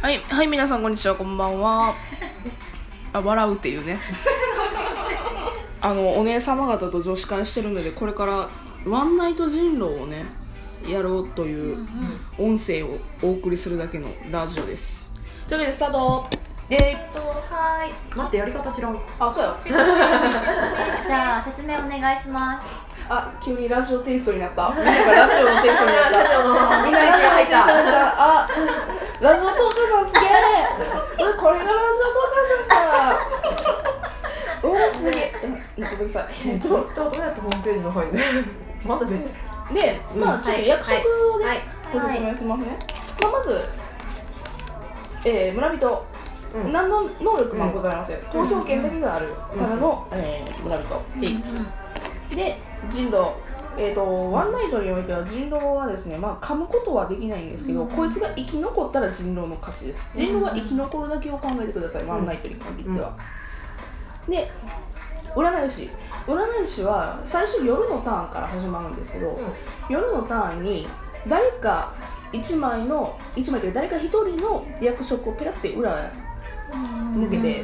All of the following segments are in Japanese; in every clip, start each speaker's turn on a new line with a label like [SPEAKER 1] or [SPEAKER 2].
[SPEAKER 1] はい、はい、皆さん、こんにちは、こんばんは。あ、笑うっていうね。あの、お姉様方と女子会してるので、これから。ワンナイト人狼をね。やろうという。音声をお送りするだけのラジオです。というわけで、スタート。で、
[SPEAKER 2] とはーい待ってやり方知らん
[SPEAKER 1] あ、そうや。
[SPEAKER 2] じゃあ説明お願いします
[SPEAKER 1] あ、急にラジオテイストになった。みんながラジオのテイストに なった。みんなが入って
[SPEAKER 2] た
[SPEAKER 1] あ、ラジオトークさんすげえ。うんこれがラジオトークさんか。 うん、すげえ。うんごめんなさい。えっと、
[SPEAKER 3] どうやってホームページの入るまだ出て
[SPEAKER 1] で、まあ、ちょっと役職をね、
[SPEAKER 3] はい
[SPEAKER 1] ご説明しますね。まあ、まず。えー、村人。
[SPEAKER 3] うん
[SPEAKER 1] 何の能力もございません、投票権だけがあるただの、えー、村人、で人狼えー、とワンナイトにおいては人狼はですね、まあ、噛むことはできないんですけど、こいつが生き残ったら人狼の勝ちです人狼は生き残るだけを考えてください、ワンナイトに限っては、で占い師占い師は最初夜のターンから始まるんですけど、夜のターンに誰か1枚の1枚というか誰か1人の役職をペラって裏向けて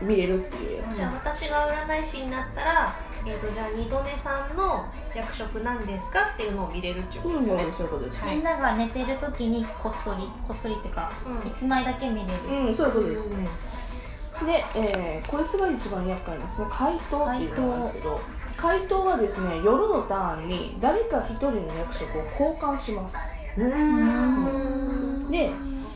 [SPEAKER 1] 見れるっていう
[SPEAKER 4] じゃあ私が占い師になったら、えー、とじゃあ二度寝さんの役職なんですかっていうのを見れるっていうこ
[SPEAKER 1] う
[SPEAKER 4] と
[SPEAKER 1] ん
[SPEAKER 4] ですよね、
[SPEAKER 1] そういうことです、
[SPEAKER 4] は
[SPEAKER 2] みんなが寝てる時にこっそりこっそりってか
[SPEAKER 4] うん
[SPEAKER 2] 一枚だけ見れる
[SPEAKER 1] うんそういうことですねで、えーこいつが一番厄介なんですね怪盗っていうのなんですけど怪盗はですね夜のターンに誰か1人の役職を交換します
[SPEAKER 3] うん
[SPEAKER 1] で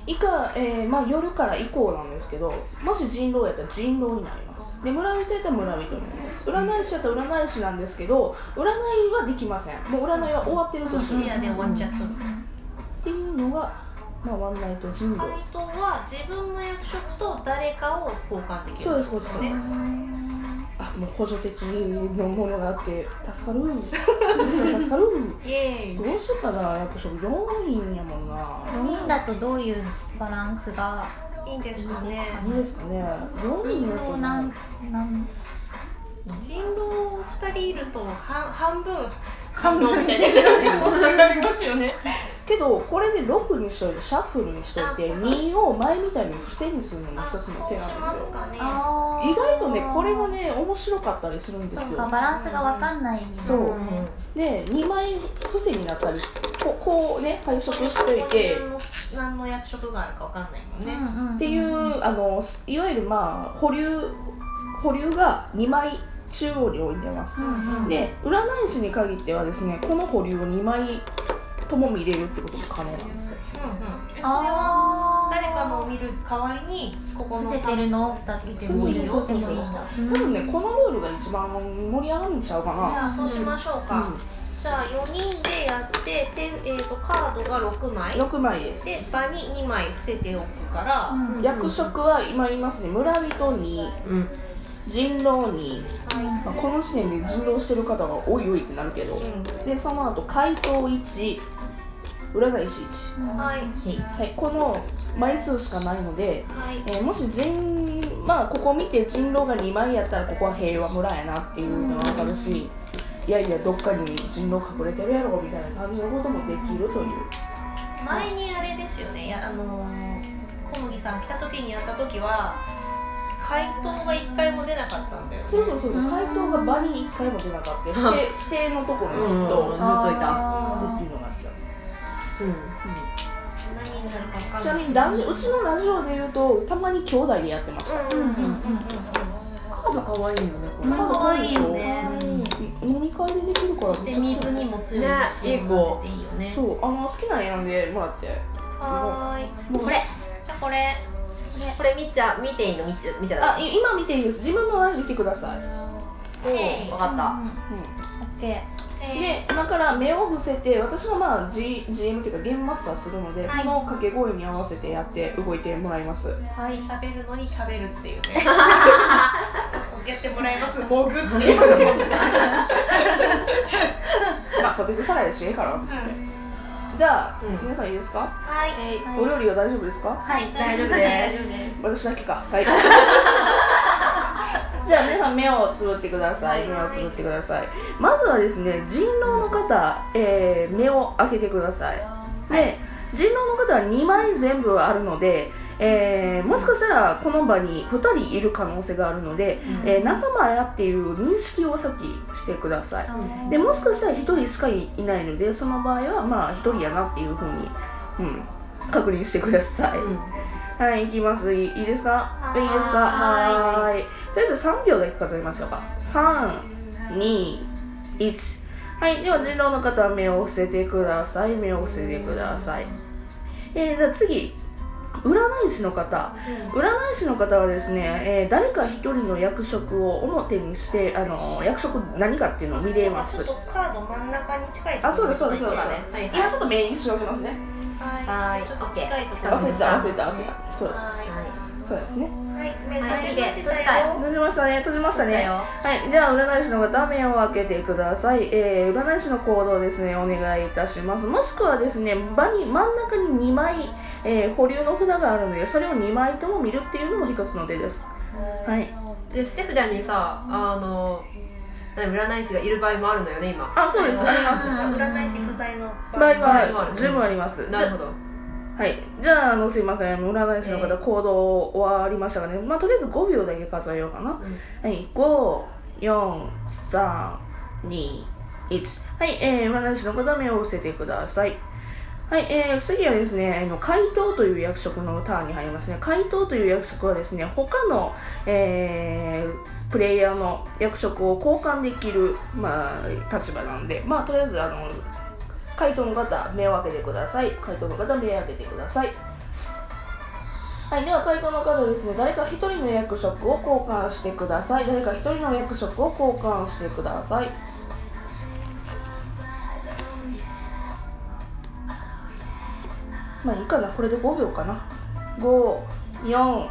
[SPEAKER 1] 以下、えーまあ、夜から以降なんですけどもし人狼やったら人狼になりますで村人やったら村人になります占い師やったら占い師なんですけど占いはできませんもう占いは終わってる途中
[SPEAKER 4] 一夜で終わっちゃった
[SPEAKER 1] っていうのが、まあ、ワンナイト人狼
[SPEAKER 4] 回答は自分の役職と誰かを交換できる
[SPEAKER 1] そうですそうです
[SPEAKER 4] そうです
[SPEAKER 1] あもう補助的のものがあって助かる助かる助かる
[SPEAKER 4] イエーイ
[SPEAKER 1] どうしようかな役職4人やもんな
[SPEAKER 2] 4人だとどういうバランスが
[SPEAKER 4] いいんですか
[SPEAKER 2] いいで
[SPEAKER 4] ね
[SPEAKER 2] すか
[SPEAKER 1] 何ですかね4人
[SPEAKER 2] 人
[SPEAKER 1] やと
[SPEAKER 2] 狼なんなん
[SPEAKER 4] 人狼二人いると半半分
[SPEAKER 2] 半分
[SPEAKER 4] みたいな 感じになりますよね
[SPEAKER 1] けどこれで6にしといてシャッフルにしといて
[SPEAKER 4] あそう
[SPEAKER 1] 2を前みたいに伏せにするのも
[SPEAKER 4] あ
[SPEAKER 1] 一つの
[SPEAKER 4] そう
[SPEAKER 1] 手
[SPEAKER 4] し
[SPEAKER 1] なんで
[SPEAKER 4] ますす
[SPEAKER 1] よ
[SPEAKER 4] かね
[SPEAKER 2] あー
[SPEAKER 1] 意外とねこれがね面白かったりするんです
[SPEAKER 2] そ
[SPEAKER 1] よ
[SPEAKER 2] うかバランスがわかんない
[SPEAKER 1] そう
[SPEAKER 2] うん
[SPEAKER 1] で2枚伏せになったりすこうこうね配色しといて
[SPEAKER 4] ここに何の何の役職があるかわかんないもんね、
[SPEAKER 2] うん
[SPEAKER 1] っていうあのすいわゆるまあ保留保留が2枚中央に置いてます、
[SPEAKER 2] うんうん
[SPEAKER 1] で占い師に限ってはですねこの保留を2枚とも見れるってことも可能なんですよ
[SPEAKER 4] うんうんえそれは
[SPEAKER 2] あ
[SPEAKER 4] 誰かのを見る代わりにここ
[SPEAKER 2] ー
[SPEAKER 4] の
[SPEAKER 2] 伏せてるのを2つ見てもいいよ
[SPEAKER 1] そうそうそう
[SPEAKER 2] でもいいんだ
[SPEAKER 1] 多分ねこのルールが一番盛り上がるんちゃうか
[SPEAKER 4] じ
[SPEAKER 1] な
[SPEAKER 4] ゃあそうしましょうか、じゃあ4人でやってて、えー、とカードが6枚
[SPEAKER 1] 6枚です
[SPEAKER 4] で場に2枚伏せておくから、
[SPEAKER 2] うん
[SPEAKER 4] は
[SPEAKER 1] 役職は今言いますね村人に
[SPEAKER 3] うん
[SPEAKER 1] 人狼に、
[SPEAKER 4] い
[SPEAKER 1] まあ、この時点で人狼してる方がおいおいってなるけど
[SPEAKER 4] う
[SPEAKER 1] でその後回答1占い師1
[SPEAKER 4] ん、はい
[SPEAKER 1] はい、この枚数しかないので、
[SPEAKER 4] はい
[SPEAKER 1] えーもし人まあここ見て人狼が2枚やったらここは平和村やなっていうのが分かるしいやいやどっかに人狼隠れてるやろみたいな感じのこともできるという
[SPEAKER 4] 前にあれですよねやあのー小麦さん来た時にやった時は回答が1回も出なかったんだよね
[SPEAKER 1] そうそうそう回答が場に1回も出なかった捨て捨てのところにずっと
[SPEAKER 3] うんずっといた
[SPEAKER 2] あ
[SPEAKER 1] っていうのがあった
[SPEAKER 4] 何になるか分かんない
[SPEAKER 1] ちなみにラジうちのラジオで言うとたまに兄弟でやってました
[SPEAKER 4] うんうんうんうんうん
[SPEAKER 3] カード可愛いよねこ
[SPEAKER 1] カード買うでしょ
[SPEAKER 4] 可愛いよね
[SPEAKER 1] 飲み会でできるから
[SPEAKER 4] で水にも強いし、
[SPEAKER 3] ねいい子
[SPEAKER 4] いいよね
[SPEAKER 1] そうあの好きなの選んでもらって
[SPEAKER 4] はーい
[SPEAKER 1] もう
[SPEAKER 4] じゃあこれ
[SPEAKER 3] これ見ちゃ見ていいの見て見ち
[SPEAKER 1] あい今見ていいです自分の欄見てください、
[SPEAKER 3] おわかった
[SPEAKER 2] オッケ
[SPEAKER 4] え
[SPEAKER 1] で今から目を伏せて私がまあ、G、GM っていうかゲームマスターするので、
[SPEAKER 4] はい
[SPEAKER 1] その掛け声に合わせてやって動いてもらいます
[SPEAKER 4] ー、はい喋るのに食べるっていうねやってもらいますもぐっていう
[SPEAKER 1] まあポテトサラダでしええから、じゃあ、皆さんいいですか、
[SPEAKER 4] はい
[SPEAKER 1] お料理は大丈夫ですか
[SPEAKER 4] はい
[SPEAKER 2] 大丈夫
[SPEAKER 4] 大
[SPEAKER 2] で
[SPEAKER 4] 丈夫
[SPEAKER 2] す
[SPEAKER 4] です
[SPEAKER 1] 私だけかはい じゃあ皆さん目をつぶってください目をつぶってくださいまずはですね人狼の方、えー目を開けてくださいで、人狼の方は2枚全部あるので、えーもしかしたらこの場に2人いる可能性があるので、えー仲間やっていう認識を先してくださいでもしかしたら1人しかいないのでその場合はまあ1人やなっていうふうに、うん、確認してください、はい、いきます。いいいですか
[SPEAKER 4] はー
[SPEAKER 1] い
[SPEAKER 4] い
[SPEAKER 1] いですかはーい。とりあえず3秒だけ数えましょうか。3、2、1。はい、では人狼の方は目を伏せてください。目を伏せてください。えー、じゃあ次、占い師の方。占い師の方はですね、えー誰か一人の役職を表にして、あの役職何かっていうのを見れま
[SPEAKER 4] ちょっ
[SPEAKER 1] す
[SPEAKER 4] と。カード真ん中に近いところ
[SPEAKER 1] あ、そうだそうだそうだ。
[SPEAKER 3] はいはい
[SPEAKER 1] 今ちょっと目にしておきますね。
[SPEAKER 4] は
[SPEAKER 3] はい
[SPEAKER 4] いちょっと近いところ
[SPEAKER 1] 忘れてた、忘れてた、忘れてた。そうです。
[SPEAKER 4] は
[SPEAKER 1] そうですね。
[SPEAKER 4] いはい目
[SPEAKER 2] はい
[SPEAKER 4] 閉じまし
[SPEAKER 2] 閉じ
[SPEAKER 4] た
[SPEAKER 2] た
[SPEAKER 4] よ
[SPEAKER 2] よ
[SPEAKER 1] 閉じましたね、閉じましたね。はい、では占い師の方目を開けてください、えー、占い師の行動ですねお願いいたしますもしくはですね場に真ん中に2枚、えー保留の札があるのでそれを2枚とも見るっていうのも一つの手ですはい
[SPEAKER 3] でステフダにさあの何占い師がいる場合もあるのよね今
[SPEAKER 1] あそうですあります
[SPEAKER 4] 占い師不在の
[SPEAKER 1] 場合
[SPEAKER 3] 場合もあ
[SPEAKER 1] は
[SPEAKER 3] る
[SPEAKER 1] 十分ありますじ
[SPEAKER 3] なる
[SPEAKER 1] ゃ
[SPEAKER 3] ほど
[SPEAKER 1] はいじゃああのすいません占い師の
[SPEAKER 3] え
[SPEAKER 1] 方
[SPEAKER 3] ー
[SPEAKER 1] 行動終わりましたがね、まあ、とりあえず5秒だけ数えようかなはい、5、4、3、2、1。はい、えー、占い師の方、目を伏せてください。はい、えー、次はですね、あの、回答という役職のターンに入りますね。回答という役職はですね、他の、えー、プレイヤーの役職を交換できる、まあ、立場なんで、まあ、とりあえず、あの、回答の方、目を開けてください。回答の方、目を開けてください。はい、では回答のカードですね誰か1人の役職を交換してください誰か1人の役職を交換してくださいまあいいかなこれで5秒かな54321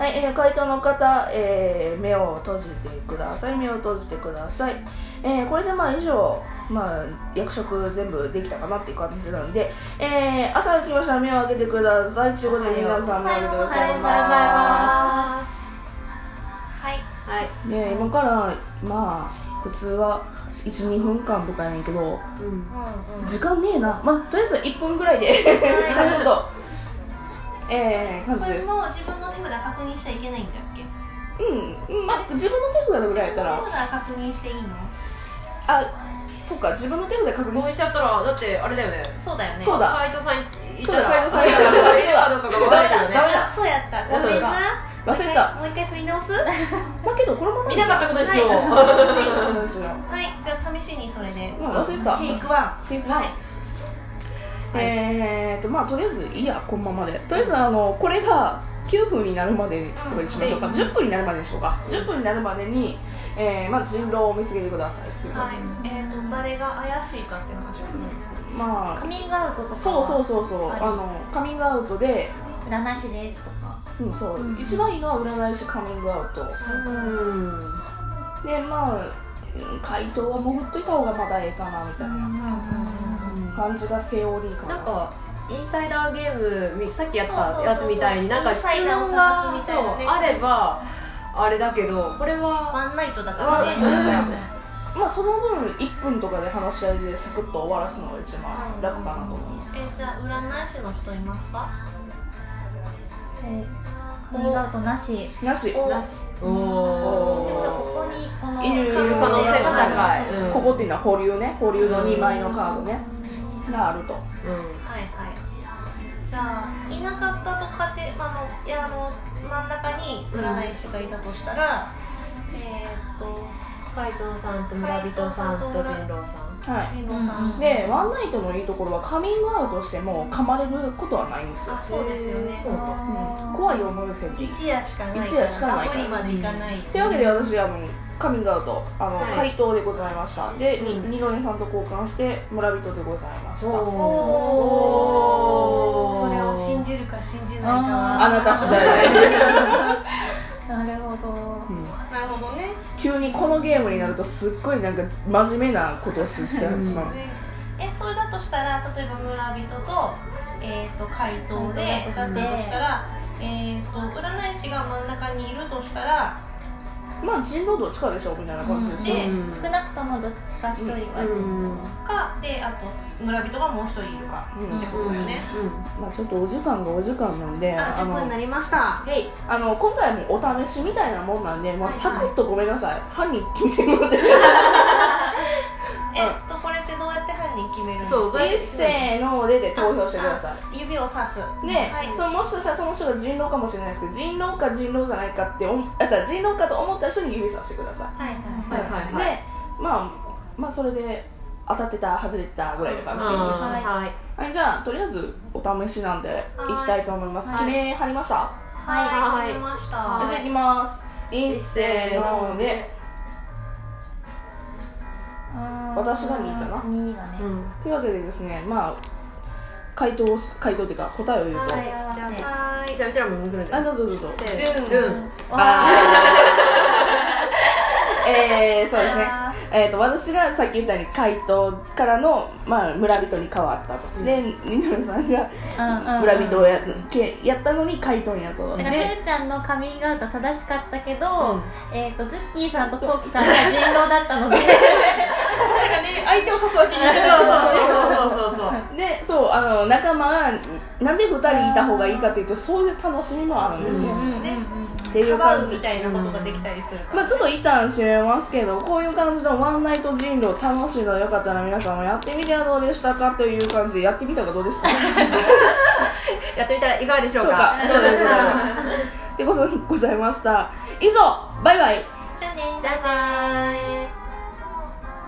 [SPEAKER 1] はい、えー回答の方、えー目を閉じてください目を閉じてくださいえーこれでまあ以上、まあ、役職全部できたかなっていう感じなんで、えー朝起きましたら目を開けてくださいということで皆さん目を開けてください
[SPEAKER 4] はい
[SPEAKER 3] はい
[SPEAKER 1] で今からまあ普通は12分間とかやねんけど
[SPEAKER 3] うん
[SPEAKER 4] うんうん
[SPEAKER 1] 時間ねえなまあとりあえず1分ぐらいでサクッとえー、感じ
[SPEAKER 4] こ
[SPEAKER 1] で
[SPEAKER 4] れ
[SPEAKER 1] す
[SPEAKER 4] も自分の手札確認しちゃいけないんだっけ
[SPEAKER 1] うんうんまあ自分の手札ぐらいやったら
[SPEAKER 4] 手札確認していいの
[SPEAKER 1] あそっか自分の手札確認
[SPEAKER 3] 応
[SPEAKER 1] し
[SPEAKER 3] 援しちゃったらだってあれだよね
[SPEAKER 4] そうだよね
[SPEAKER 1] そうだ
[SPEAKER 3] カイトさんい
[SPEAKER 1] そうだカイトさんいた
[SPEAKER 3] た
[SPEAKER 1] ら
[SPEAKER 3] ら入れるかどうかが分かるよ
[SPEAKER 1] ダメ
[SPEAKER 3] ね
[SPEAKER 1] だ
[SPEAKER 4] あそうやったごめんな
[SPEAKER 1] 忘れた
[SPEAKER 4] もう一回取り直 す
[SPEAKER 1] まあけどこのまま
[SPEAKER 3] 見なかったことにしよう
[SPEAKER 1] ったんですよ
[SPEAKER 4] はいじゃあ試しにそれで
[SPEAKER 1] うん忘れた
[SPEAKER 4] テイクワン
[SPEAKER 1] テイクワン
[SPEAKER 4] はい
[SPEAKER 1] えーとまあとりあえずいいやこのままでとりあえずあのこれが9分になるまでとかにしましょうか、
[SPEAKER 3] うん
[SPEAKER 1] 10分になるまでにしようか10分になるまでに、えーまあ、人狼を見つけてくださいっていうの
[SPEAKER 4] はいえーと誰が怪しいかっていう話をするんですけど
[SPEAKER 1] ま
[SPEAKER 4] カミングアウトとか
[SPEAKER 1] あ
[SPEAKER 4] は
[SPEAKER 1] そうそうそうそう
[SPEAKER 4] はい
[SPEAKER 1] あのカミングアウトで、
[SPEAKER 2] 占い師ですとか
[SPEAKER 1] うんそう
[SPEAKER 4] うん
[SPEAKER 1] 一番いいのは占い師カミングアウト
[SPEAKER 3] うん
[SPEAKER 1] でまあうん回答は潜っといた方がまだええかなみたい
[SPEAKER 4] うんうん
[SPEAKER 1] な
[SPEAKER 4] うんうん
[SPEAKER 1] 感じがセオリーかな
[SPEAKER 3] なんかインサイダーゲームみさっきやっ
[SPEAKER 4] そうそうそうそ
[SPEAKER 3] た
[SPEAKER 4] う
[SPEAKER 3] やつみたいになんか質
[SPEAKER 4] インサイダーを
[SPEAKER 3] 問が
[SPEAKER 4] 探すみたいなね
[SPEAKER 3] そうあればあれだけどこれは
[SPEAKER 4] ワンナイトだから
[SPEAKER 3] あ
[SPEAKER 4] ね
[SPEAKER 1] まあその分1分とかで話し合いでサクッと終わらすのが一番楽かなと思います
[SPEAKER 4] えじゃあ占い師の人いますか
[SPEAKER 2] カミングアウトなし
[SPEAKER 1] なし
[SPEAKER 3] なしお
[SPEAKER 2] ということは
[SPEAKER 3] お
[SPEAKER 2] ここにこの
[SPEAKER 1] いる
[SPEAKER 2] 可能
[SPEAKER 3] 可能性が高い、うん、
[SPEAKER 1] ここっていうのは保留ね保留の2枚のカードねがあると
[SPEAKER 3] う
[SPEAKER 4] はいはいじゃあいなかったと仮定あのいやあの真ん中に占い師がいたとしたら、えーっと
[SPEAKER 3] ん海藤さんと村人さんと人狼さ
[SPEAKER 1] は
[SPEAKER 4] 神野さん、
[SPEAKER 2] うん
[SPEAKER 1] いでワンナイトのいいところはカミングアウトしても噛まれることはないんですよ
[SPEAKER 4] あ、そうですよね
[SPEAKER 3] そうなんだ
[SPEAKER 1] うん怖い思いせんで
[SPEAKER 4] 一夜しかない
[SPEAKER 1] 一夜しかないから
[SPEAKER 4] 無理までいかない
[SPEAKER 1] というわけで私あのカミングアウトあの、
[SPEAKER 3] はい
[SPEAKER 1] 回答でございましたで、に
[SPEAKER 3] うん
[SPEAKER 1] 二の根さんと交換して村人でございました
[SPEAKER 3] ん
[SPEAKER 1] あ
[SPEAKER 4] お
[SPEAKER 3] お
[SPEAKER 4] ーそれを信
[SPEAKER 3] じ
[SPEAKER 4] じるか信じないかは
[SPEAKER 1] なた次第だね、
[SPEAKER 2] なるほど
[SPEAKER 1] うん
[SPEAKER 4] なるほどね
[SPEAKER 1] 急にこのゲームになるとすっごいなんか真面目なことをしてしまう
[SPEAKER 4] えそれだとしたら例えば村人と,、えー、と回答でだ
[SPEAKER 2] 回答だとして
[SPEAKER 4] としたら、えー、と占い師が真ん中にいるとしたら
[SPEAKER 1] まあ人狼どっちかでしょみたいな感じですよ、
[SPEAKER 4] で
[SPEAKER 3] うん
[SPEAKER 2] 少なくともどっちか一人は自分
[SPEAKER 3] うん
[SPEAKER 4] かであと村人がもう一人いるか
[SPEAKER 1] うん
[SPEAKER 4] ってことだよね、
[SPEAKER 1] まあ、ちょっとお時間がお時間なんで
[SPEAKER 2] あ
[SPEAKER 1] あ
[SPEAKER 2] 10分に
[SPEAKER 1] の
[SPEAKER 2] なりました
[SPEAKER 4] へい
[SPEAKER 1] あの今回はもうお試しみたいなもんなんでもうサクッとごめんなさい犯人決めてもらって
[SPEAKER 4] えっとこれってどうやって犯人決めるの
[SPEAKER 3] そうどうやっ
[SPEAKER 1] 一
[SPEAKER 3] て
[SPEAKER 1] せーのでで投票してください
[SPEAKER 4] い指を刺す
[SPEAKER 1] で、
[SPEAKER 4] はい
[SPEAKER 1] そのもしかしたらその人が人狼かもしれないですけど人狼か人狼じゃないかっておあじゃあ人狼かと思った人に指さしてくださ
[SPEAKER 4] はいはい
[SPEAKER 3] はいはい
[SPEAKER 1] い、
[SPEAKER 3] はい
[SPEAKER 1] でまあまあそれで当たってた外れてたぐらいの感じでいいです
[SPEAKER 3] あーはい
[SPEAKER 1] はいじゃあとりあえずお試しなんで
[SPEAKER 4] はい
[SPEAKER 1] いきたいと思います
[SPEAKER 4] はい
[SPEAKER 1] 決め張りました、
[SPEAKER 4] はい、わかりました。
[SPEAKER 1] じゃあいきます一せーので私が2位かな
[SPEAKER 2] 2位がね
[SPEAKER 3] うん
[SPEAKER 1] というわけでですねまあ回答をす回答っていうか答えを言うと、
[SPEAKER 2] はい合わせ
[SPEAKER 4] は
[SPEAKER 3] じゃあうちらもめくるんだ
[SPEAKER 1] あ
[SPEAKER 3] よ
[SPEAKER 1] どうぞどうぞ
[SPEAKER 3] せーの
[SPEAKER 4] ドゥン
[SPEAKER 3] ドゥン
[SPEAKER 1] えー、そうですね
[SPEAKER 2] あ
[SPEAKER 1] えー、と私がさっき言ったように怪盗からの、まあ、村人に変わったと、でニノルさんが
[SPEAKER 2] ーうんうん
[SPEAKER 1] 村人をや,、けやったのに怪盗になったと
[SPEAKER 2] だからふーちゃんのカミングアウト正しかったけど、
[SPEAKER 3] うん
[SPEAKER 2] えっ、とズッキーさんとコウキさんが人狼だったので
[SPEAKER 4] なんかね、相手を刺すわけにいかない。
[SPEAKER 3] そうそうそうそうそう
[SPEAKER 1] でそうあの仲間がなんで2人いた方がいいかっていうとそういう楽しみもあるんですね、
[SPEAKER 3] うん
[SPEAKER 4] ね
[SPEAKER 1] っていう
[SPEAKER 4] かば
[SPEAKER 1] 感
[SPEAKER 4] う
[SPEAKER 1] じ
[SPEAKER 4] みたいなことができたりするから。
[SPEAKER 1] まあちょっと一旦閉めますけどこういう感じのワンナイト人狼楽しいのよかったら皆さんもやってみてはどうでしたかという感じでやってみたらどうでしたか
[SPEAKER 3] やってみたらいかがでし
[SPEAKER 1] そ
[SPEAKER 3] ょ
[SPEAKER 1] ううか
[SPEAKER 3] か
[SPEAKER 1] そうでござい ますってことでございました以上バイバイ
[SPEAKER 4] じゃあね。
[SPEAKER 2] バイバイ